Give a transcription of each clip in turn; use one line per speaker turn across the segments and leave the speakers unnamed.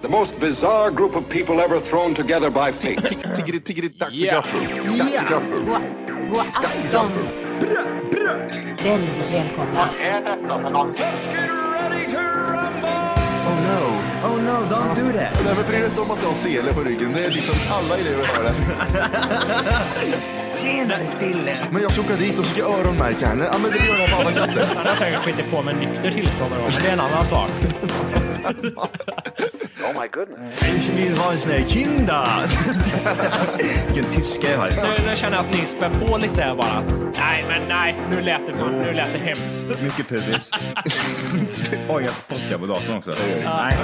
The most bizarre group of people ever thrown together by fate.
Tiggeri, tiggeri, dack för
Ja.
gaffel. Dack för gaffel.
God, god afton. Väldigt välkomna.
Oh no.
Oh no, don't do that.
Nej men bry dig inte om att du har sele på ryggen. Det är liksom alla elever har det.
Senare Dille.
Men jag ska åka dit och ska öronmärka henne. Ja men det gör jag på alla katter.
Han har säkert skitit på med nykter tillstånd någon gång, men det är en annan sak.
Ich vill ha en sån här kinda. Vilken tyska jag har.
Nu, nu känner jag att ni spär på lite här bara. Nej, men nej. Nu lät det, för, nu lät det hemskt.
Mycket pubis. Oj, jag spottar på datorn också. Nej,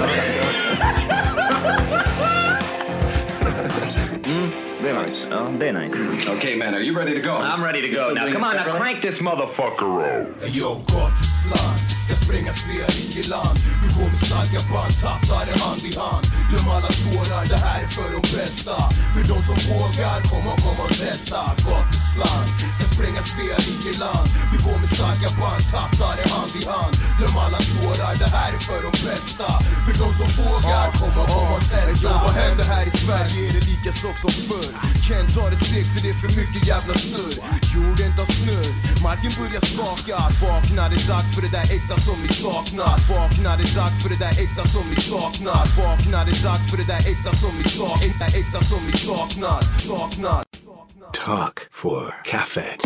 Det är nice.
ja, det är nice.
okay, man, are you ready to go?
I'm ready to go now. Come on, now crank this motherfucker up.
Jag går till slang Ska spränga Sverige land Vi går med starka band Tappar det hand i hand Glöm alla tårar Det här är för de bästa För de som vågar Kom och kom och testa Gat till slang Ska spränga Sverige land Vi går med starka band Tappar det hand i hand Glöm alla tårar Det här är för de bästa För de som vågar Kom och kom och testa Vad händer här i Sverige Är det lika soft som förr Ken tar ett steg för det är för mycket jävla surr Jorden tar snurr Marken börjar skaka Vakna det är dags för det där äkta som vi saknar Vakna det är dags för det där äkta som vi saknar Vakna det är dags för det där äkta som vi saknar Äkta, äkta som vi saknar Saknar
Talk for Cafet.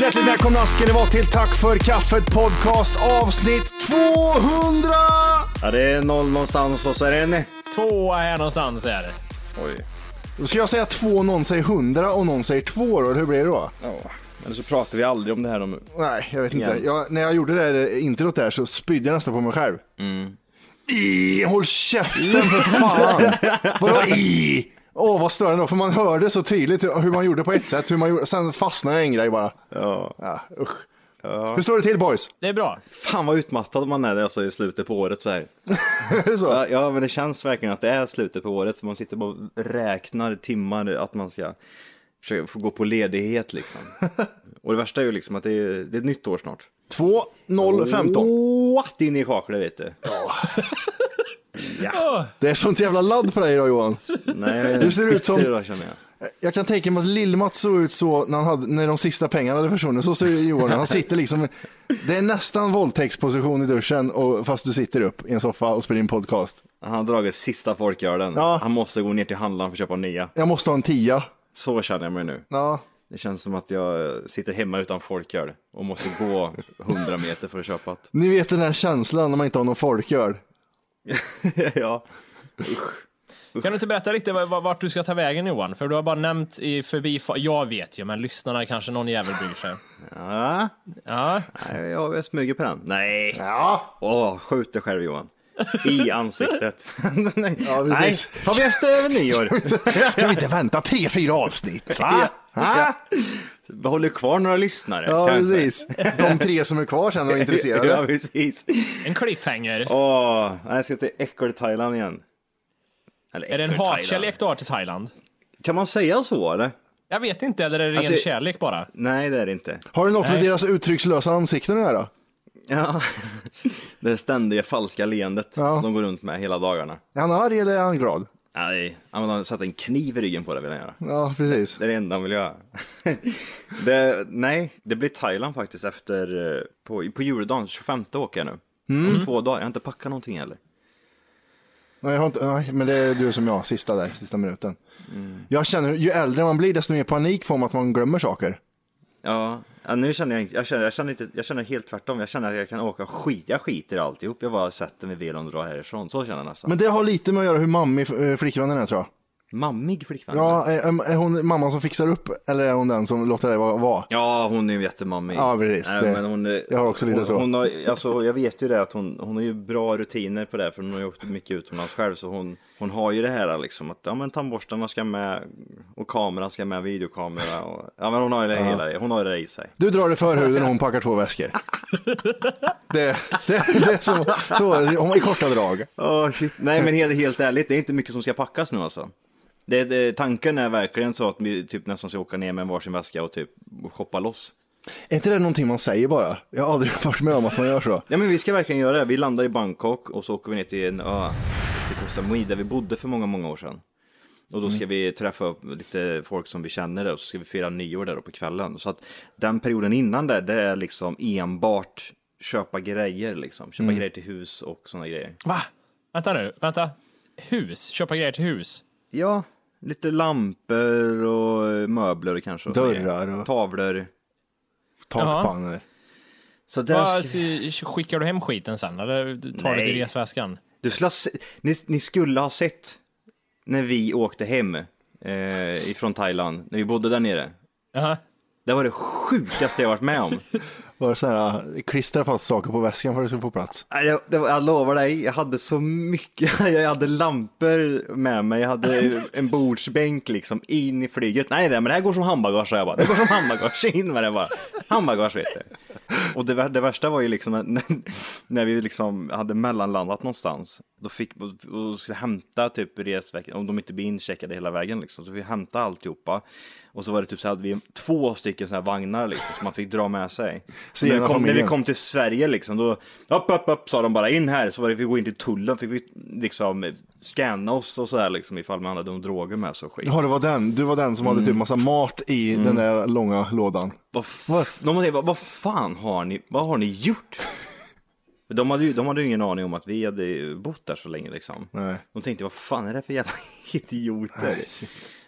Hjärtligt välkomna ska ni vara till Tack för kaffet podcast avsnitt 200!
Ja, det är noll någonstans och så är det en...
Tvåa här någonstans är det.
Oj.
Då ska jag säga två, någon säger 100 och någon säger två då. Hur blir det då?
Ja. Eller så pratar vi aldrig om det här om...
Nej, jag vet inte.
Igen.
Jag, när jag gjorde det här introt där så spydde jag nästan på mig själv.
Mm.
I, håll käften för fan! Vadå i? Åh, vad störande. För man hörde så tydligt hur man gjorde på ett sätt. Hur man gjorde, sen fastnade jag i en grej bara.
Ja.
Ja, usch. Hur står det till boys?
Det är bra.
Fan vad utmattad man är alltså, i slutet på året så här.
Är det så?
Ja, ja, men det känns verkligen att det är slutet på året så man sitter bara och räknar timmar att man ska försöka få gå på ledighet liksom. och det värsta är ju liksom att det är, det är ett nytt år snart.
2, 0, 15.
What in i kaklet vet du.
Det är sånt jävla ladd på dig idag Johan.
Nej,
Du ser ut som-
bitter idag, känner jag.
Jag kan tänka mig att Lill-Mats såg ut så när, han hade, när de sista pengarna hade försvunnit. Så ser Johan ut. Han sitter liksom. Det är nästan våldtäktsposition i duschen och, fast du sitter upp i en soffa och spelar in podcast.
Han har dragit sista folkölen.
Ja.
Han måste gå ner till handlaren för att köpa nya.
Jag måste ha en tia.
Så känner jag mig nu.
Ja.
Det känns som att jag sitter hemma utan folköl och måste gå 100 meter för att köpa ett.
Ni vet den här känslan när man inte har någon folköl.
ja.
Kan du inte berätta lite vad- vad- vart du ska ta vägen Johan? För du har bara nämnt i förbi... Jag vet ju, men lyssnarna kanske någon jävel bryr sig.
ja.
Ja,
Nej, jag, jag smyger på den. Nej.
Ja.
Åh, skjut dig själv Johan. I ansiktet. Nej. Nej,
precis.
tar vi efter nyår.
Kan vi inte vänta tre, fyra avsnitt? Va? Ja,
Vi håller kvar några lyssnare.
ja
kanske.
precis. De tre som är kvar sen och är
Ja,
intresserade.
precis.
en cliffhanger.
Åh, nej, jag ska till Äckel-Thailand igen. Eller
Är det en
Äckel-Thailand.
hatkärlek du har till Thailand?
Kan man säga så eller?
Jag vet inte, eller är det ren
Alltså-
kärlek bara?
Nej, det är det inte.
Har det något med
Nej.
deras uttryckslösa ansikten att göra?
Ja. Det ständiga falska leendet
Ja.
de går runt med hela dagarna.
Är han arg eller är han glad?
Nej, han vill ha- sätta en kniv i ryggen på det vill han göra.
Ja, precis.
Det är det enda han vill göra. det, nej, det blir Thailand faktiskt efter, eh, på, på juldagen, 25 åker jag nu.
Mm.
Om två dagar, jag har inte packat någonting heller.
Nej, jag har inte, nej, men det är du som jag, sista där, sista minuten. Jag känner, ju äldre man blir desto mer panik får man att man glömmer saker.
Ja, ja, nu känner jag, jag, känner, jag, känner inte, jag känner helt tvärtom. Jag känner att jag kan åka skit, jag skiter i alltihop. Jag bara sätter mig i bilen och drar härifrån. Så känner jag nästan.
Men det har lite med att göra hur mammig eh, flickvännen är tror jag.
Mammig flickvän?
Ja, är, är hon mamman som fixar upp eller är hon den som låter det vara? vara?
Ja, hon är ju jättemammig.
Ja, precis.
Nej,
Det-
men hon, är-
jag har också lite
hon,
så.
Hon har, alltså, jag vet ju det att hon, hon har ju bra rutiner på det, här, för hon har ju åkt mycket utomlands själv, så hon, hon har ju det här liksom att ja, men tandborstarna ska med och kameran ska med, videokamera och ja, men hon har ju det hela, det. hon har det där i sig.
Du drar dig för huden och hon packar två väskor. Det, det, det är så, så hon, i korta drag.
Åh, shit. Nej, men helt, helt ärligt, det är inte mycket som ska packas nu alltså. Det, det, tanken är verkligen så att vi typ nästan ska åka ner med en varsin väska och typ shoppa loss.
Är inte det någonting man säger bara? Jag har aldrig varit med om att man gör så.
Ja men vi ska verkligen göra det. Vi landar i Bangkok och så åker vi ner till en ö till Koh Samui där vi bodde för många, många år sedan. Och då ska vi träffa upp lite folk som vi känner där och så ska vi fira nyår där då på kvällen. Så att den perioden innan där, det är liksom enbart köpa grejer liksom. Köpa grejer till hus och sådana grejer.
Va? Vänta nu, vänta. Hus, köpa grejer till hus.
Ja, lite lampor och möbler kanske. Och såna
Dörrar
grejer.
och-
Tavlor.
Takpannor.
Så där
Va,
ska...
så Skickar du hem skiten sen eller tar du det
Nej.
i resväskan?
Du skulle ha se... ni, ni skulle ha sett när vi åkte hem eh, ifrån Thailand, när vi bodde där nere.
Jaha.
Det var det sjukaste jag varit med om.
Bara så här, klistra fast saker på väskan för att det ska få plats.
Nej, Jag, det var, jag lovar dig, jag hade så mycket. Jag hade lampor med mig, jag hade en bordsbänk liksom in i flyget. Nej, nej, men det här går som handbagage, sa jag bara. Det går som handbagage, in med det bara. Handbagage, vet du. Och det, vär- det värsta var ju liksom att när, när vi liksom hade mellanlandat någonstans. Då fick och, och skulle hämta typ resväskan, om de inte blir incheckade hela vägen liksom. Så vi hämtade alltihopa. Och så var det typ så hade vi två stycken sådana här vagnar liksom som man fick dra med sig.
Så
När vi,
ena
kom, när vi
familjen.
kom till Sverige liksom, då upp, upp, upp sa de bara in här. Så var det, vi går in till tullen, fick vi liksom scanna oss och så här liksom ifall man hade några droger med sig och skit.
Ja, det var den. Du var den som hade typ massa mat i den där långa lådan.
Vad, f- de hade, vad, vad fan har ni, vad har ni gjort? De hade, ju, de hade ju ingen aning om att vi hade bott där så länge liksom.
Nej.
De tänkte, vad fan är det för jävla idioter?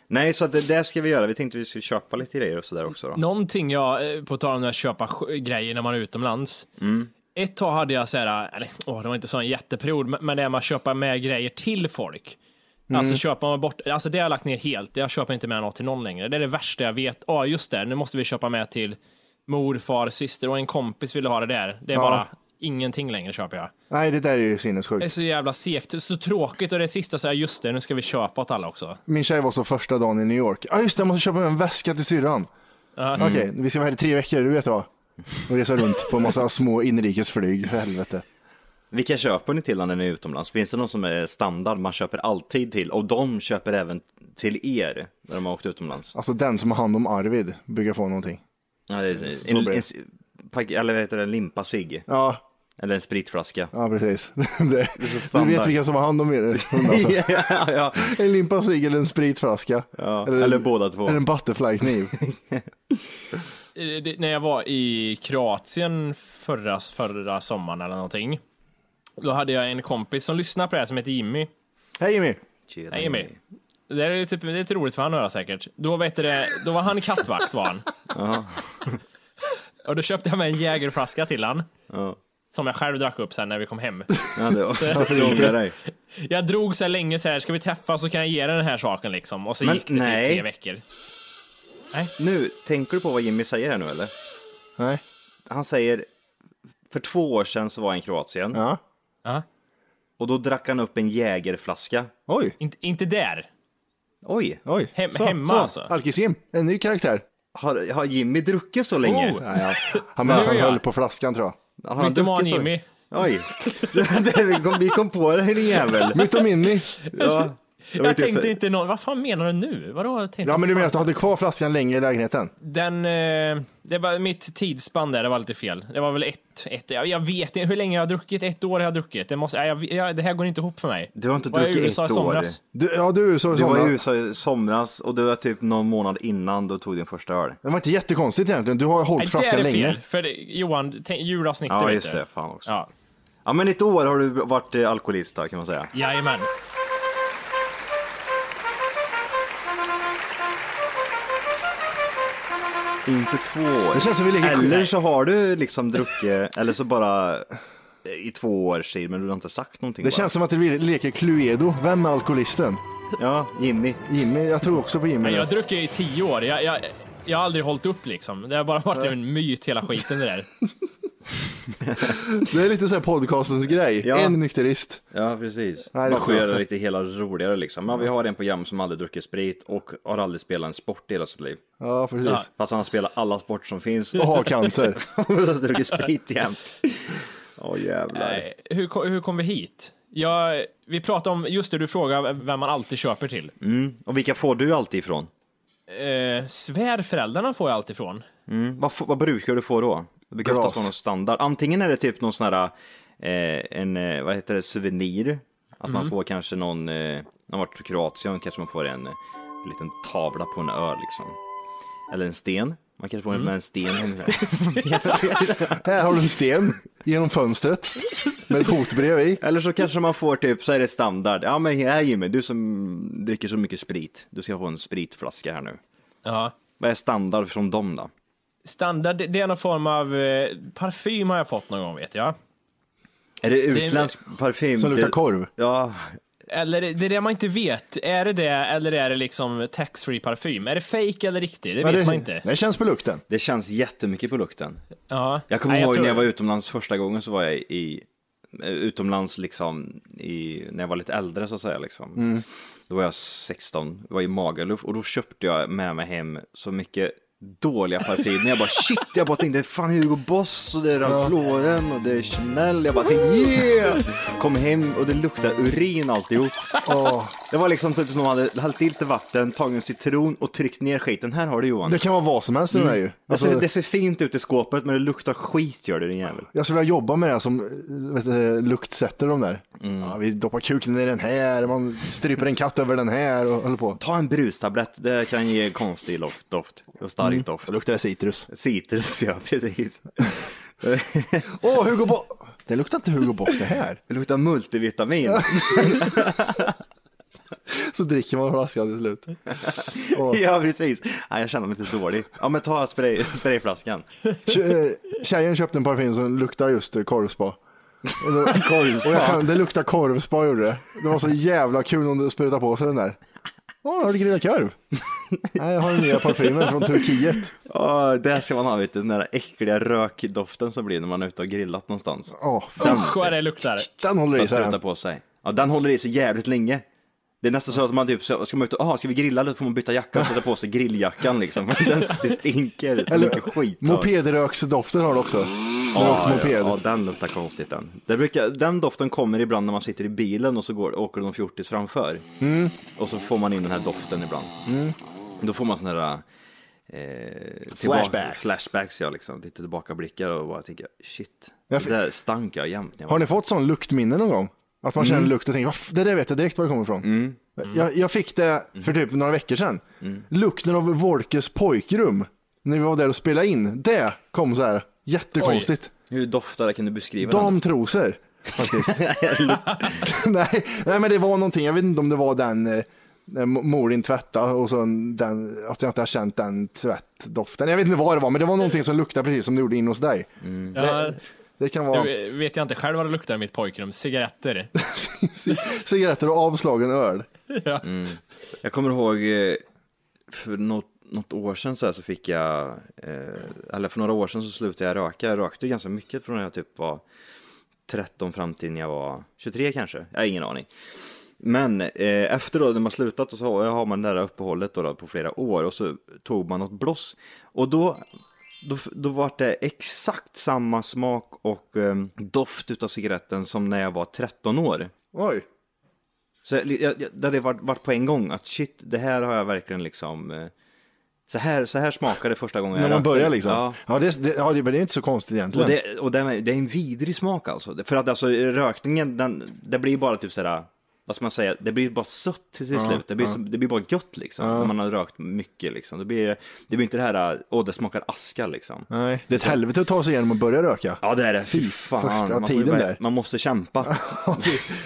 Nej, så att det där ska vi göra. Vi tänkte vi skulle köpa lite grejer och sådär också då.
Någonting jag, eh, på tal om att köpa sk- grejer när man är utomlands. Ett tag hade jag så här, eh, eller åh, det var inte så en jätteperiod, men- men det är med att köpa med grejer till folk. Alltså köper man bort, alltså det har jag lagt ner helt. Jag köper inte med något till någon längre. Det är det värsta jag vet. Ja, just det, nu måste vi köpa med till mor, far, syster och en kompis ville ha det där. Det är
Ja.
bara ingenting längre köper jag.
Nej, det där är ju
Det är
sinnessjukt.
så jävla segt, det är så tråkigt och det sista så här, just det, nu ska vi köpa åt alla också.
Min tjej var så första dagen i New York. Ja, ah, just det, jag måste köpa en väska till syrran. Okej, vi ska vara här i tre veckor, du vet vad. Och resa runt på en massa små inrikesflyg, för helvete.
Vilka köper ni till när ni är utomlands? Finns det någon som är standard man köper alltid till? Och de köper även till er när de har åkt utomlands?
Alltså den som har hand om Arvid brukar få någonting.
Ja, det är, en,
blir det.
en, s- pack- eller vad heter det, en limpa cigg?
Ja,
Eller en spritflaska?
ja precis. Det, du
standard.
vet vilka som har hand om er hund, alltså.
ja, ja.
En limpa cigg eller en spritflaska.
Ja, eller båda två.
Eller en butterflykniv.
Eh, det, när jag var i Kroatien förra, förra sommaren eller någonting. Då hade jag en kompis som lyssnade på det här som heter Jimmy.
Hej Jimmy!
Nej, Jimmy.
Mm.
Det är, typ, det är lite roligt för han att höra säkert. Då, vet du det, då var han kattvakt var han. Och då köpte jag med en jägerflaska till han. Som jag själv drack upp sen när vi kom hem.
Ja, det var, varför gjorde jag dig?
Jag drog så här länge så här, ska vi träffas så kan jag ge dig den här saken liksom. Och så
Men
gick det
nej.
typ tre veckor.
Nu, tänker du på vad Jimmy säger här nu eller?
Nej.
Han säger, för två år sedan så var han i Kroatien
Ja.
och då drack han upp en jägerflaska.
Oj,
Inte, inte där.
Oj,
oj.
Hem, hemma alltså.
Alkisim, en ny karaktär.
har, har Jimmy druckit så länge?
Oh.
Nej, ja. Han, men, han
Nu är jag.
höll på flaskan tror jag.
Har han
Mytoman
druckit så-
Jimmy.
Oj, Det- det- vi kom, vi kom på det din jävel.
Mytomini.
Ja. var
Jag
ju typ-
tänkte inte någon, vad fan menar du nu? Vadå? Jag Tänkte
Ja, men du menar att du hade kvar flaskan länge i lägenheten?
Den, eh, det var mitt tidsspann där, det var lite fel. Det var väl ett, ett jag, jag vet inte hur länge jag har druckit, ett år har jag druckit. Det, måste, nej, jag, jag, det här går inte ihop för mig.
Du har inte
Var jag i
druckit
USA i
ett år.
somras?
Du, ja, du så,
Du var i
sådana.
USA i somras och det var typ någon månad innan du tog din första öl.
Det var inte jättekonstigt egentligen. Du har
Nej,
hållit
det är
flaskan
det fel.
länge.
För det, Johan, tänk, julavsnittet
Ja,
vet
just
du.
det. Fan också. Ja.
Ja,
men ett år har du varit eh, alkoholist då, kan man säga.
jajamän.
Inte två år.
Det känns som vi ligger
Eller så har du liksom druckit, eller så bara i två år tid, men du har inte sagt någonting.
Det
bara.
känns som att det leker Cluedo. Vem är alkoholisten?
Ja, Jimmy.
Jimmy, jag tror också på Jimmy.
Jag har druckit i tio år. Jag, jag, jag har aldrig hållit upp liksom. Det har bara varit en myt hela skiten det där.
Det är lite så här podcastens grej.
Ja.
En nykterist.
Ja, precis.
Nej, det är
Man får
skönt.
göra lite hela roligare liksom. Ja, vi har en program som aldrig druckit sprit och har aldrig spelat en sport i hela sitt liv.
Ja, precis.
Ja.
Fast han spelar alla sport som finns.
Och har cancer.
har druckit sprit jämt. Åh jävlar.
Nej, Eh, hur, ko- hur kom vi hit? Jag, vi pratade om, just det du frågade, vem man alltid köper till.
Mm. Och vilka får du alltid ifrån?
Eh, svärföräldrarna får jag allt ifrån.
Mm. Vad, f- vad brukar du få då? Det brukar
Glas.
oftast vara någon standard. Antingen är det typ någon sån här, eh, en, eh, vad heter det, souvenir. Att man får kanske någon, eh, när man varit i Kroatien kanske man får en, eh, liten tavla på en ö liksom. Eller en sten. Man kanske får med en sten hem.
Här har du en sten genom fönstret med ett hotbrev i.
Eller så kanske man får typ, så är det standard. Ja men här Jimmy, du som dricker så mycket sprit. Du ska få en spritflaska här nu.
Ja.
Vad är standard från dem då?
Standard, det det är någon form av eh, parfym har jag fått någon gång vet jag.
Är det utländsk parfym?
Som luktar
Det-
korv.
Ja,
Eller det är det man inte vet. Är det det eller är det liksom tax-free parfym? Är det fake eller riktig? Det vet man inte.
det känns på lukten.
det känns jättemycket på lukten.
Ja.
Jag kommer
Nej,
ihåg
tror-
när jag var utomlands första gången så var jag i eh, utomlands liksom i, när jag var lite äldre så att säga liksom. Då var jag 16, var i Magaluf och då köpte jag med mig hem så mycket dåliga parfymer. Jag bara shit, jag bara tänkte fan Hugo Boss och det är Ralph Lauren och det är Chanel. Jag bara tänkte yeah! Kom hem och det luktade urin alltihop. Det var liksom typ som om man hade hällt i lite vatten, tagit en citron och tryckt ner skiten. Här har du Johan.
Det kan vara vad som helst i den här ju.
Det ser,
Alltså,
Mm. det ser fint ut i skåpet men det luktar skit gör det din jävel.
jag skulle vilja jobba med det här som eh, vet, du, luktsätter de där. Ja, vi doppar kuken i den här, man stryper en katt över den här och håller på.
Ta en brustablett, det kan ge konstig loft- doft och stark doft.
Då luktar det citrus.
Citrus, ja precis.
Åh, Hugo Boss! Det luktar inte Hugo Boss det här.
Det luktar multivitamin.
Så dricker man flaskan till slut. Åh.
ja precis. Nej, jag känner mig lite dålig. Ja men ta spray, sprayflaskan.
Tje- eh, Tjejen köpte en parfym som luktar just eh, korvspa. Och det, Och jag kan, det luktar korvspa gjorde det. Det var så jävla kul om du sprutade på sig den där. Åh, har du grillat korv? Nej, jag har den nya parfymen från Turkiet.
Oh, där ska man ha vet du, den där äckliga rökdoften som blir när man är ute och grillat någonstans.
Åh,
Den,
Usch vad det luktar.
den håller
man
i sig.
sprutar på sig. Ja, den håller i sig jävligt länge. Det är nästan så att man typ, så, ska man ut och, aha, ska vi grilla lite får man byta jacka och sätta på sig grilljackan liksom. Den, det stinker så mycket skit.
Mopedröksdoften har du också.
Ja,
Rökt moped.
Ja, ja, den luktar konstigt den. Det brukar, den doften kommer ibland när man sitter i bilen och så går, åker de fjortis framför.
Mm.
Och så får man in den här doften ibland. Då får man sådana här... Eh, tillba-
Flashbacks.
Flashbacks, ja liksom. Lite tillbakablickar och bara tänker shit.
Ja,
Det
för-
där stank jag jämt när jag
Har
var
ni fått sån luktminne någon gång? Att man känner
Mm.
lukt och tänker, "Va, f- det där vet jag direkt var det kommer ifrån. Mm. Jag, jag fick det för typ några veckor sedan.
Mm.
Lukten av Wolkes pojkrum. När vi var där och spelade in. Det kom så här jättekonstigt.
Hur doftar det? Kan du beskriva den?
Damtrosor. Faktiskt. nej, nej, men det var någonting. Jag vet inte om det var den eh, när mo- mor din tvätta och så den, att jag inte har känt den tvättdoften. Jag vet inte vad det var, men det var någonting som luktade precis som det gjorde in hos dig.
Ja,
Det kan
nu
vara
vet jag inte själv vad det luktar i mitt pojkrum. Cigaretter.
cigaretter och avslagen öl.
Ja.
Jag kommer ihåg eh, för något, något år sedan så, här så fick jag, eh, eller för några år sedan så slutade jag röka. Jag rökte ju ganska mycket från när jag typ var 13 fram till när jag var 23 kanske. Jag har ingen aning. Men eh, efter då när man slutat och så har- har man det där uppehållet då, då på flera år och så tog man något bloss. Och då, då, då var det exakt samma smak och eh, doft utav cigaretten som när jag var 13 år.
Oj.
Så jag, jag, jag- det hade varit, varit på en gång att shit, det här har jag verkligen liksom... eh, Så här, så här smakade det första gången jag
När man
rökte.
börjar liksom.
Ja.
Ja, det, det, ja det, men det är inte så konstigt egentligen.
Och, det, och det, är- det är en vidrig smak alltså. För att alltså rökningen, den, det blir bara typ sådär, vad ska man säga, det blir bara sött till, till slut. Det blir, som- det blir bara gött liksom, när man har rökt mycket liksom. Det blir, det blir inte det här, åh det smakar aska liksom.
Nej, det är ett helvete att ta sig igenom och börja röka.
Ja det är det, fy fan.
första
man, får ju
tiden
bara-
där.
man måste kämpa.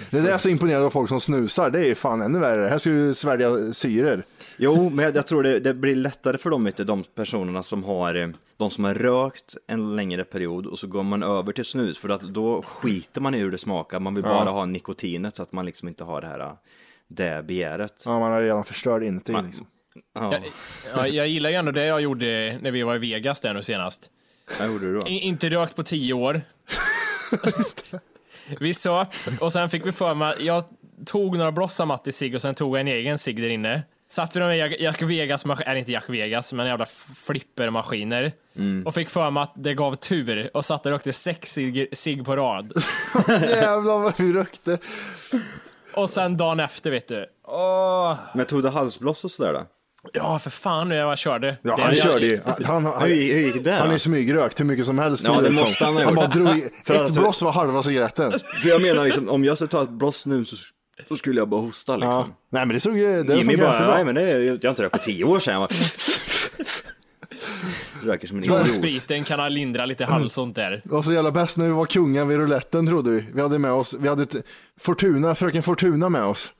Det är det jag är så imponerad av folk som snusar. Det är fan ännu värre. Här ska du svälja syror.
Jo, men jag, jag tror det, det blir lättare för dem, vet du, de personerna som har, eh, de som har rökt en längre period och så går man över till snus för att då skiter man i hur det smakar, man vill bara ha nikotinet så att man liksom inte har det här, eh, det begäret.
Ja, man har redan förstört inuti. Liksom.
Ja.
Ja, jag gillar ju ändå det jag gjorde när vi var i Vegas där nu senast.
Vad gjorde du då?
I, inte rökt på tio år. vi söp och sen fick vi för mig, jag tog några blossar Matti cigg och sen tog jag en egen cigg där inne. Satt vid de här Jack- Jack Vegas, eller inte Jack Vegas, men jävla flippermaskiner.
Mm.
Och fick för mig att det gav tur och satt och rökte sex cigg- cigg på rad.
Jävlar vad vi rökte.
Och sen dagen efter vet du. Åh,
Men tog du halsbloss och sådär då?
ja för fan när jag körde.
Ja,
Det-
han
jag-
körde ju. Han, han, han,
Hur gick, hur gick det
han är
då?
smygrökt hur mycket som helst.
Ja, det
Liksom.
måste han ha gjort.
bara drog i,
För att- alltså-
Ett bloss var halva cigaretten.
För jag menar liksom, om jag skulle ta ett bloss nu så, så skulle jag bara hosta
Ja.
liksom.
Nej, men det såg ju... Det
Jimmy
funkar
bara, nej
ganska bra.
men det, är- jag har inte rökt på tio år sedan. Jag bara, Röker som en
Och
idiot.
Spriten kan ha lindra lite halsont där.
Det var så jävla bäst när vi var kungen vid rouletten trodde vi. Vi hade med oss, vi hade ett Fortuna, fröken Fortuna med oss.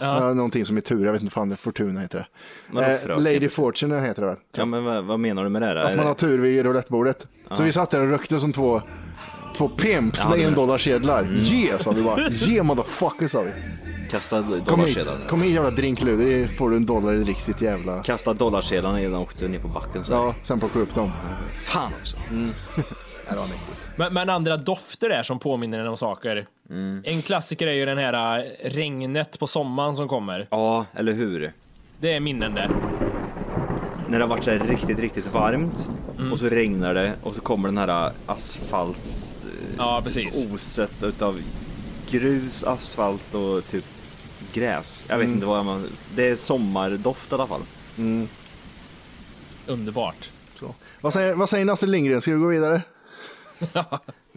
Ja. Någonting som är tur, jag vet inte fan det Fortuna heter det.
Vadå
Eh,
fröken?
Lady Fortune heter det väl?
Ja men vad, vad menar du med det då?
Att man har tur vid roulettebordet. Så vi satt där och rökte som två, två pimps med en dollar sedlar.
Mm.
Ge sa vi bara. Ge motherfucker sa vi.
Kasta
Kom hit,
dollarsedeln.
kom hit jävla drinkluder. Det får du en dollar i riktigt jävla...
Kasta dollarsedlarna innan de åkte ner på backen. Så.
Ja, sen plockade upp dem.
Fan alltså. också.
Men, men andra dofter där som påminner en om saker.
Mm.
En klassiker är ju den här äh, regnet på sommaren som kommer.
Ja, eller hur?
Det är minnen det.
När det har varit så här riktigt, riktigt varmt och så regnar det och så kommer den här asfaltsoset
Ja, precis.
Oh. utav grus, asfalt och typ gräs. Jag vet inte vad man... Det är sommardoft i alla fall.
Underbart.
Så. Vad säger, vad säger Nasse Lindgren? Ska vi gå vidare?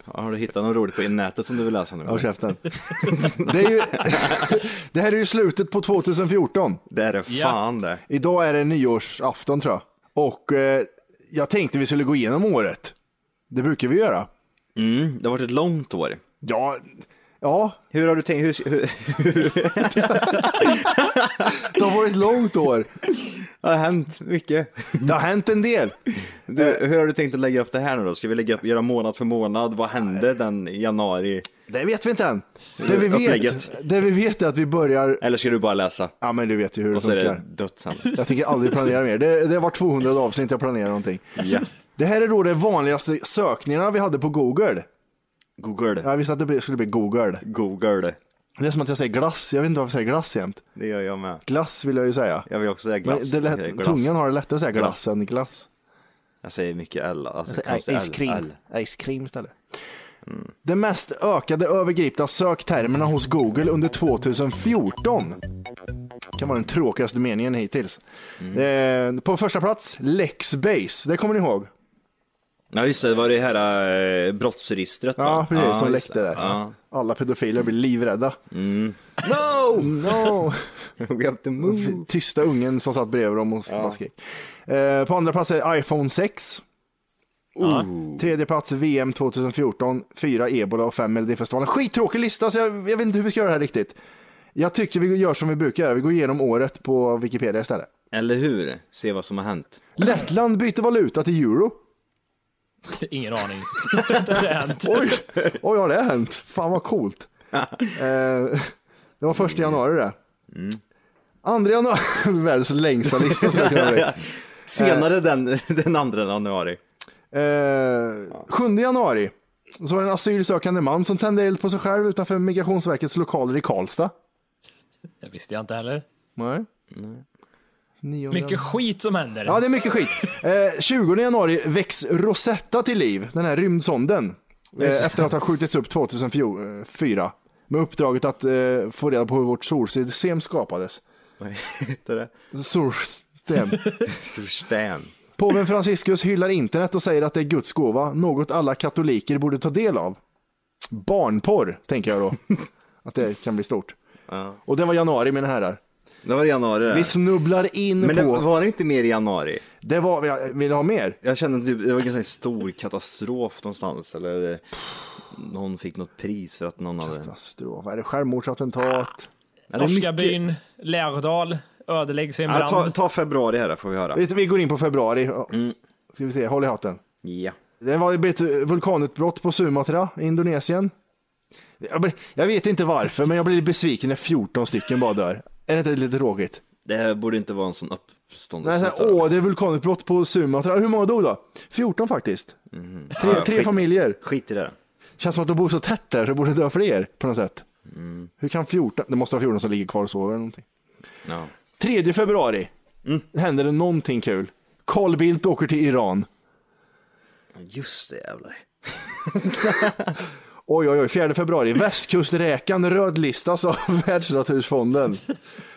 Har du hittat något roligt på nätet som du vill läsa nu?
Håll käften. Det, är ju, det här är ju slutet på 2014.
Det är det
Ja.
fan det.
Idag är det nyårsafton tror jag. Och eh, jag tänkte vi skulle gå igenom året. Det brukar vi göra.
Mm, det har varit ett långt år.
Ja, ja
Hur har du tänkt? Hur, hur,
det har varit ett långt år.
det har hänt mycket.
Det har hänt en del.
Du,
Eh.
hur har du tänkt att lägga upp det här nu då? Ska vi lägga upp, göra månad för månad? Vad hände den i januari?
Det vet vi inte än. Det vi vet,
Upplägget.
det vi vet är att vi börjar...
Eller ska du bara läsa?
Ja, men du vet ju hur det
Och så är det
funkar.
dött sen.
Jag tänker aldrig planera mer. Det, det var 200 avsnitt jag planerar någonting.
Ja.
Det här är då de vanligaste sökningarna vi hade på Google.
Google.
Jag visste att det skulle bli Google.
Google.
Det är som att jag säger glass. Jag vet inte varför jag säger glass jämt.
Det gör jag med.
Glass vill jag ju säga.
Jag vill också säga
Men
glass.
det
Jag säger
lät,
glass.
tungan har det lättare att säga glass,
Glass.
än glass.
Jag säger mycket L. Alltså, konstigt L,
Ice cream.
L. Mm.
Ice cream istället. Det mest ökade övergripna söktermerna hos Google under 2014. Kan vara den tråkigaste meningen hittills.
Mm.
Eh, på första plats, Lexbase. Det kommer ni ihåg?
Ja just det, det var det här eh, brottsregistret va?
Ja, precis. som
just
läckte
det.
där.
Ja.
Alla pedofiler blir livrädda.
No!
No!
We have to move.
Tysta ungen som satt bredvid dem och bara skrek. Eh, på andra plats är iPhone 6.
Ja.
Tredje plats VM 2014, fyra ebola och fem Melodifestivalen. Skittråkig lista, så jag, jag vet inte hur vi ska göra det här riktigt. Jag tycker vi gör som vi brukar, göra. vi går igenom året på Wikipedia istället.
Eller hur? Se vad som har hänt.
Eh. Lettland byter valuta till euro.
Ingen aning. det har hänt.
Oj, oj har det hänt? Fan vad coolt. Eh, det var första januari det. Andra januari, världens längsta lista skulle jag kunna bli.
Senare den, den andra januari.
Eh, 7 januari så var det en asylsökande man som tände eld på sig själv utanför Migrationsverkets lokaler i Karlstad.
Det visste jag inte heller.
Nej. Nionde
Mycket skit som händer.
Ja, det är mycket skit. Eh, 20 januari väcks Rosetta till liv, den här rymdsonden. Eh, efter att ha skjutits upp 2004. Med uppdraget att eh, få reda på hur vårt solsystem skapades.
Vad heter det?
Solsystem.
Sursten.
Påven Franciscus hyllar internet och säger att det är Guds gåva, något alla katoliker borde ta del av. Barnporr, tänker jag då. Att det kan bli stort. Och det var januari, mina herrar.
Det var i januari det.
Vi snubblar in
Men det
på...
var det inte mer i januari?
Det var... jag Vill du ha mer?
Jag kände att det var en ganska stor katastrof någonstans eller eh, någon fick något pris för att någon hade...
Katastrof. Är det självmordsattentat?
Ja, det är mycket-
Torskabyn, Lärdal, ödeläggs i en
Ja,
brand.
ta, ta februari här då, får vi höra.
Vi, vi går in på februari.
Mm.
Ska vi se, håll i hatten.
Ja.
Det var ju ett vulkanutbrott på Sumatra i Indonesien. Jag, blir- jag vet inte varför, men jag blir besviken när 14 stycken bara dör. Är det inte lite tråkigt?
Det här borde inte vara en sån
Nej,
uppståndelse.
så här, åh, det är vulkanutbrott på Sumatra. Hur många dog då? 14 faktiskt. Tre, tre
skit.
familjer.
Skit i det. då.
Känns som att de bor så tätt där så det borde dö fler på något sätt. Hur kan 14, det måste vara 14 som ligger kvar och sover eller någonting.
Ja.
3 februari händer det någonting kul. Carl Bildt åker till Iran.
Just det jävlar.
Oj, oj, oj, 4 februari. Västkusträkan rödlistas av Världsnaturfonden.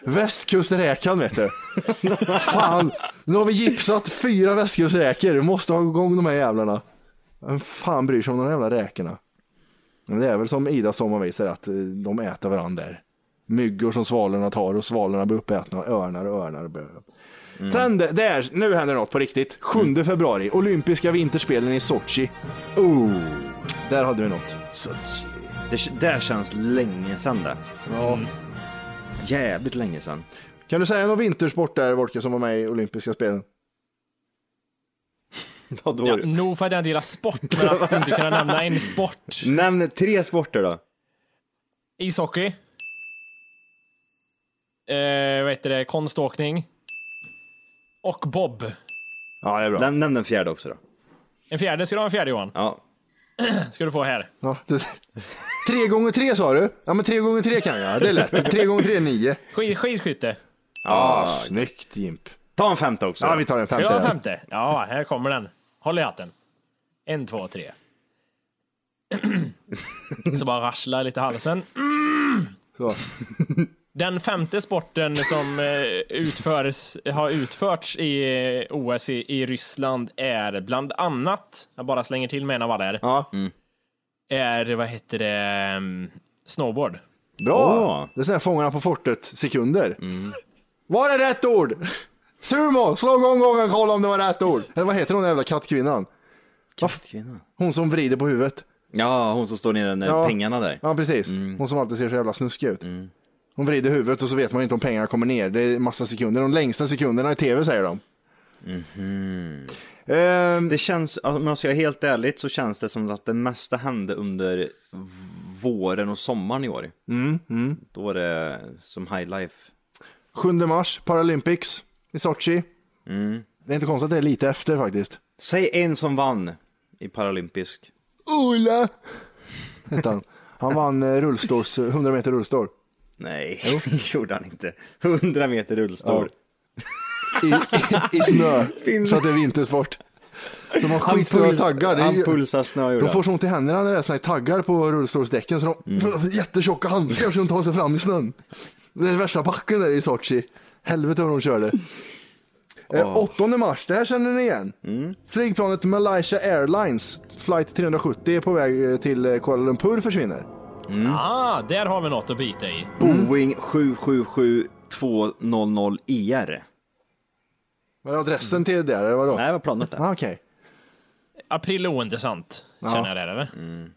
Västkusträkan vet du. Fan, nu har vi gipsat fyra västkusträkor. Vi måste ha igång de här jävlarna. Vem fan bryr sig om de här jävla räkorna? Men det är väl som Ida sommarvisar att eh, de äter varandra där. Myggor som svalorna tar och svalorna blir uppätna och örnar och örnar blir Sen det- Mm. där, nu händer något på riktigt. 7 februari, olympiska vinterspelen i Sochi. Oh, där hade vi något.
Sochi. Det där känns länge sedan det. Mm. Jävligt länge sedan.
Kan du säga någon vintersport där, Wolke, som var med i olympiska spelen?
Ja, då
Ja,
är det.
nog för att jag inte gillar sport, men att inte kunna nämna en sport.
Nämn tre sporter då.
Ishockey. Eh, vad heter det? Konståkning. Och bob.
Ja, det är bra.
Nämn, nämn den fjärde också då.
En fjärde. Ska du ha en fjärde Johan?
Ja.
Ska du få här.
Ja, det... Tre gånger tre sa du? Ja, men tre gånger tre kan jag. Det är lätt. Tre gånger tre är nio.
Skid, skidskytte.
Ah, snyggt Jimp.
Ta en femte också.
Ja,
då.
vi tar en femte.
Ja,
där.
femte. Ja, här kommer den. Håll i hatten. En, två, tre. Så bara rasslar lite i halsen.
Så.
Den femte sporten som eh, utförs, har utförts i eh, OS i, i Ryssland är bland annat, jag bara slänger till med en av alla här,
Ja.
är vad heter det, mm, snowboard.
Bra!
Åh.
Det är sådana här Fångarna på fortet sekunder. Var det rätt ord? Sumo, slå igång gången kolla om det var rätt ord. Eller vad heter hon den jävla kattkvinnan?
Kvinna.
Hon som vrider på huvudet.
Ja, hon som står nere när
Ja.
pengarna där.
Ja, precis. Hon som alltid ser så jävla snuskig ut. Hon vrider huvudet och så vet man inte om pengarna kommer ner. Det är massa sekunder. De längsta sekunderna i tv säger de. Ehm,
Det känns, om jag ska vara helt ärligt så känns det som att det mesta hände under våren och sommaren i år. Då var det som high life.
7 mars, Paralympics i Sochi. Det är inte konstigt att det är lite efter faktiskt.
Säg en som vann i Paralympisk.
Ola! Hette han. Han vann eh, rullstors, 100 meter rullstol.
Nej, det gjorde han inte. 100 meter rullstol.
I, i, i snö. Så att det är vintersport. De har skitsnöa
pul-
taggar. Det är
han
ju-
pulsar snö gjorde
De får
han.
så ont i händerna när det är såna här taggar på rullstolsdäcken så de
Mm.
jättetjocka handskar så de tar sig fram i snön. Det är den värsta backen där i Sochi. Helvete vad de körde. Eh, 8 mars, det här känner ni igen.
Mm.
Flygplanet Malaysia Airlines flight 370 är på väg eh, till eh, Kuala Lumpur försvinner.
Ah, där har vi något att bita i.
Boeing 777 200 IR.
Var det adressen till det där eller vadå?
Nej, det var planet där.
Ah, Okej,
April är ointressant, känner jag det eller?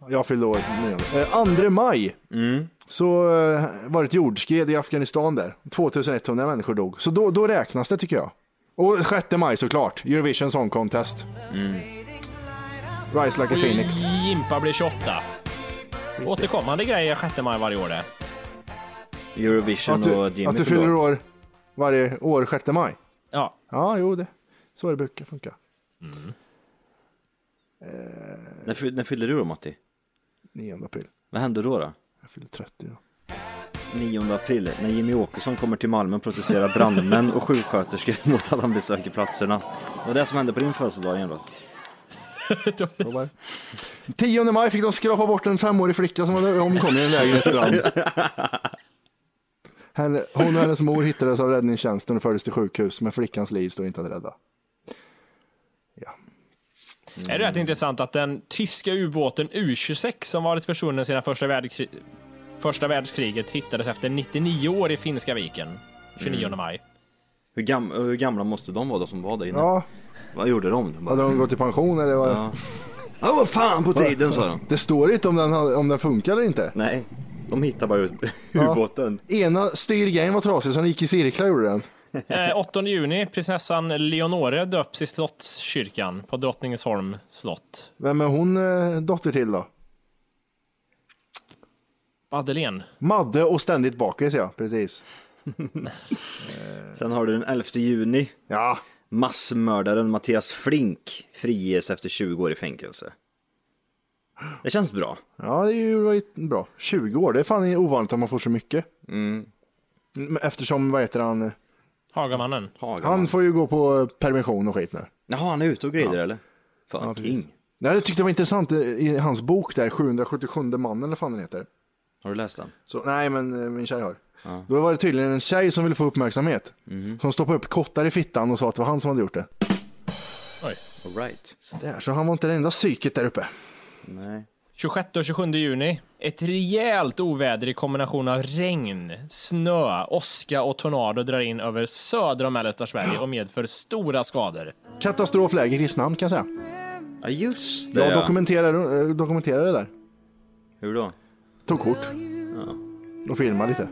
jag fyllde år nionde. Eh, 2 maj
Mm.
så eh, var det ett jordskred i Afghanistan där. 2100 människor dog. Så då, då räknas det tycker jag. Och 6 maj såklart, Eurovision Song Contest.
Mm.
Rise Like a Phoenix.
Jimpa blir 28. Återkommande grejer 6 maj varje år det.
Eurovision
Att du,
och Jimmy
att du
fyllde
fyller år varje år 6 maj.
Ja,
Ja, jo, det. så det brukar funka.
När, fy- när fyller du då Matti?
9 april.
Vad händer då då?
Jag fyller 30 då.
9 april när Jimmy Åkesson kommer till Malmö och protesterar brandmän och sjuksköterskor mot att han besöker platserna. Det var det som hände på din födelsedag igen då.
Så var det. 10 maj fick de skrapa bort en femårig flicka som hade omkommit i en lägenhetsbrand. Henne- Hon och hennes mor hittades av räddningstjänsten och fördes till sjukhus, men flickans liv står inte att rädda.
Är det rätt intressant att den tyska ubåten U26 som varit försvunnen sedan första, världskri- första världskriget hittades efter 99 år i Finska viken 29 maj.
Hur, gam hur gamla måste de vara då som var där inne?
Ja,
Vad gjorde de? De bara,
hade de gått i pension eller vad?
"Ja, vad fan på tiden sa de.
Det står inte om den, hade- om den funkar eller inte.
Nej, de hittar bara ut
Ja.
ubåten.
Ena styrgrejen var trasig, så den gick i cirklar gjorde den.
Eh, 8 juni, prinsessan Leonore döps i slottskyrkan på Drottningholm slott.
Vem är hon eh, dotter till då?
Madeleine.
Madde och ständigt bakis ja, precis.
Sen har du den 11 juni.
Ja,
Massmördaren Mattias Flink friges efter 20 år i fängelse. Det känns bra.
ja det är ju var ju bra. 20 år, det är fan ovanligt att man får så mycket. Men Eftersom, vad heter han,
Hagamannen.
han får ju gå på permission och skit nu.
Jaha, han är ute och grejer eller? Fan,
precis.
king.
Nej, jag tyckte det var intressant eh, i hans bok där, 777 man eller vad fan den heter.
Har du läst den?
Så, nej, men eh, min tjej har. Då var det tydligen en tjej som ville få uppmärksamhet. Som stoppade upp kottar i fittan och sa att det var han som hade gjort det.
All right.
Där, så han var inte det enda psyket där uppe.
Nej.
26 och 27 juni. Ett rejält oväder i kombination av regn, snö, åska och tornado drar in över södra och mellersta Sverige och medför stora skador.
Katastrofläge i Kristinehamn kan jag säga.
Ja, just det.
Jag
ja.
dokumenterade, eh, dokumenterade det där.
Hur då?
Tog kort. Och filmade lite.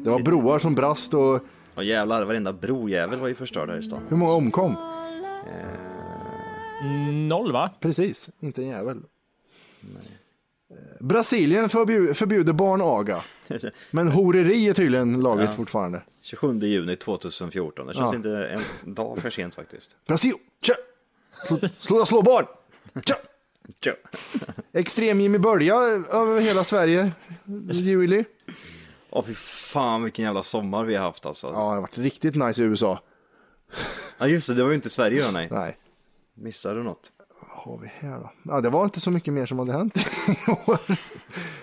Det var broar som brast och
Ja jävlar, varenda brojävel var ju förstörd här i stan.
hur många omkom?
Noll va?
Precis, inte en jävel. Eh, Brasilien förbju- förbjuder barnaga. Men horeri är tydligen lagligt fortfarande.
27 juni 2014, det känns
Ja.
inte en dag för sent faktiskt.
Brasil! Tja! Sl- Sluta slå barn! Tja!
Tja.
Extrem-Jimmy Bölja över hela Sverige. Juli.
Åh fy fan vilken jävla sommar vi har haft alltså.
Ja,
Ja,
det har varit riktigt nice i USA.
just det, det var ju inte Sverige då nej.
Nej.
Missade du något?
Vad har vi här då? Ja, det var inte så mycket mer som hade hänt i år.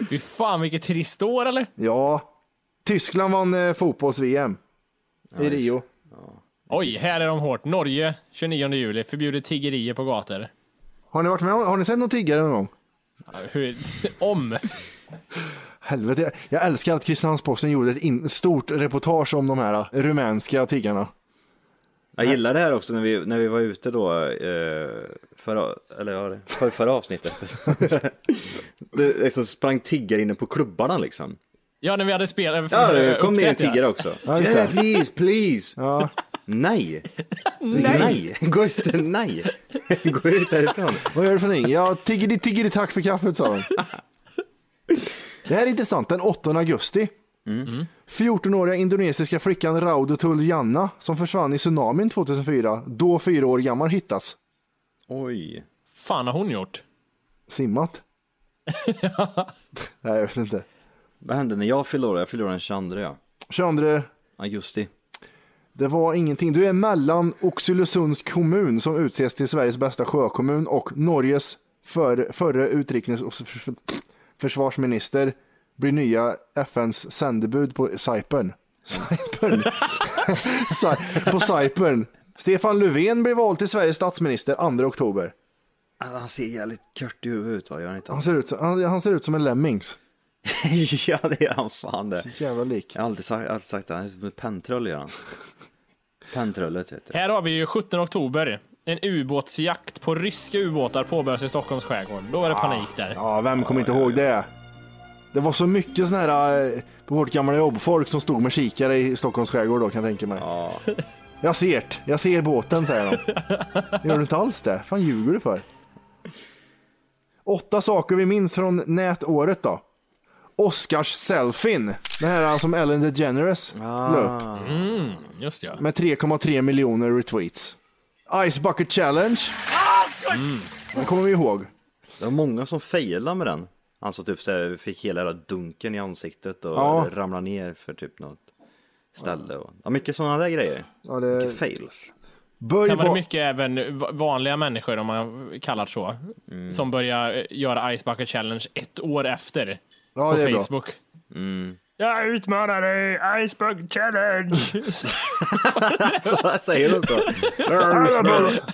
Fy fan vilket trist år eller?
Ja, Tyskland vann eh, fotbolls-VM i Rio.
Oj, här är de hårt. Norge 29 juli förbjuder tiggerier på gator.
Har ni varit med om, har ni sett någon tiggare någon gång?
Hur, om!
Helvete, jag- jag älskar att Kristinehamns-Posten gjorde ett in, stort reportage om de här eh, rumänska tiggarna.
Jag gillar det här också när vi, när vi var ute då, eh, förra, eller ja, det- för, förra avsnittet. det liksom sprang tiggare inne på klubbarna liksom.
Ja, när vi hade spelat...
Ja, det kom ner en
Eh, uppträtt, ja.
tiggare också.
Ja, just det.
Yeah, please, please!
Ja.
Nej. nej! Gå ut, nej! Gå ut därifrån.
Vad gör du för någonting? Ja, tiggeri, tiggeri, tack för kaffet, sa de. Det här är intressant. Den 8 augusti. 14-åriga indonesiska flickan Raudetul Janna som försvann i tsunamin 2004, då fyra år gammal, hittas.
Oj.
fan har hon gjort?
Simmat? Nej, jag vet inte.
Vad hände när jag fyllde år? Jag fyllde år den 22 ja.
22.
augusti.
Det var ingenting. Du är mellan Oxelösunds kommun som utses till Sveriges bästa sjökommun och Norges för, förre utrikes och förs- försvarsminister blir nya FNs sändebud på Cypern. Cypern. Cy- på Cypern. Stefan Löfven blir vald till Sveriges statsminister 2 oktober.
Alltså, han ser jävligt kört i huvudet ut va, gör han inte?
Han ser ut som, han, han ser ut som en lemmings.
ja det är han fan det.
Jävla lik.
Jag har alltid sagt, alltid sagt det, han är som ett penntrull gör han. Penntrullet heter det.
Här har vi ju 17 oktober. En ubåtsjakt på ryska ubåtar påbörjas i Stockholms skärgård. Då var det panik där.
Ja, vem kommer inte ihåg det? Det var så mycket sådana här eh, på vårt gamla jobb, folk som stod med kikare i Stockholms skärgård då kan jag tänka mig.
Ja.
Jag ser det, jag ser båten säger de. Gör du inte alls det? fan ljuger du för? Åtta saker vi minns från nätåret då. Oscars-selfien, den här som Ellen DeGeneres
Ah.
la upp
Just ja.
med 3,3 miljoner retweets. Ice Bucket Challenge. Den kommer vi ihåg.
Det var många som failade med den. Han som typ så här, fick hela, hela dunken i ansiktet och
Ja.
ramlade ner för typ något ställe. Och, ja, mycket sådana där grejer.
Ja, det...
Mycket fails.
Böj
Sen var det
ba-
mycket även va- vanliga människor, om man kallar så,
Mm.
som börjar eh, göra Ice Bucket Challenge ett år efter
ja,
på
det är bra.
Facebook.
Mm.
Jag utmanar dig, Ice Bucket Challenge!
Så säger de så.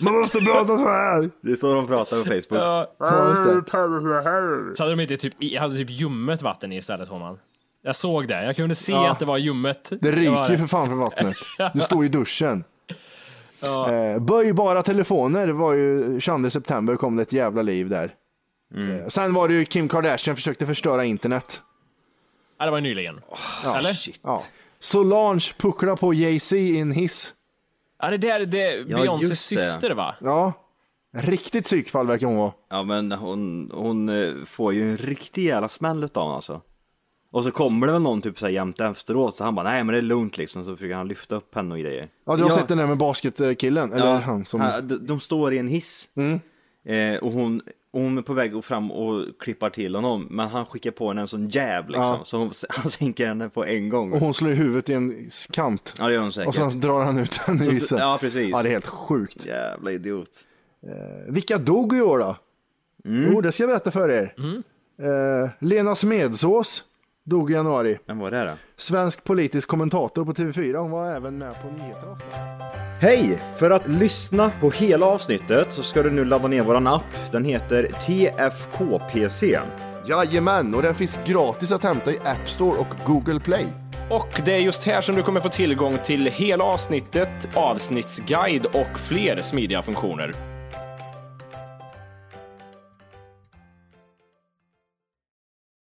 Man måste prata så här.
Det är så de pratar på Facebook.
Ja, just det.
Så hade de inte typ, i- hade typ ljummet vatten i istället, Håman. Jag såg det, jag kunde se
Ja.
att det var ljummet.
Det
var
ryker ju för fan från vattnet. Du står i duschen. Eh, böjbara telefoner var ju 22 september kom det ett jävla liv där.
Mm.
Eh, sen var det ju Kim Kardashian försökte förstöra internet.
Ja, det var ju nyligen.
Ah,
Eller? Shit.
Ja. Solange puckla på Jay-Z i en hiss.
Ja, det där det är
just det.
Beyoncés syster, va?
Ja, riktigt psykfall verkar hon vara.
Ja men hon, hon eh, får ju en riktig jävla smäll utav honom alltså. Och så kommer det väl någon typ så här jämt efteråt, så han bara nej men det är lugnt liksom, så försöker han lyfta upp henne och grejer.
Ja, du har
Ja.
sett den där med basketkillen, eller
Ja,
han som... Mm.
han- de, de står i en hiss eh, och hon, hon är på väg att fram och klippar till honom, men han skickar på henne en sån jab liksom,
Ja.
så hon, han sänker henne på en gång.
Och hon slår i huvudet i en kant.
Ja, det gör hon säkert.
Och sen drar han ut henne i
Så-
isen.
ja, precis.
Ja, det är helt sjukt.
Jävla idiot.
Vilka dog i år då? Jo, det ska jag berätta för er. Eh, Lena Smedsås dog i januari.
Men vad är det då?
Svensk politisk kommentator på TV4. Hon var även med på nyheterna ofta.
Hej! För att lyssna på hela avsnittet så ska du nu ladda ner våran app. Den heter TFKPC.
Jajamän, och den finns gratis att hämta i App Store och Google Play.
Och det är just här som du kommer få tillgång till hela avsnittet, avsnittsguide och fler smidiga funktioner.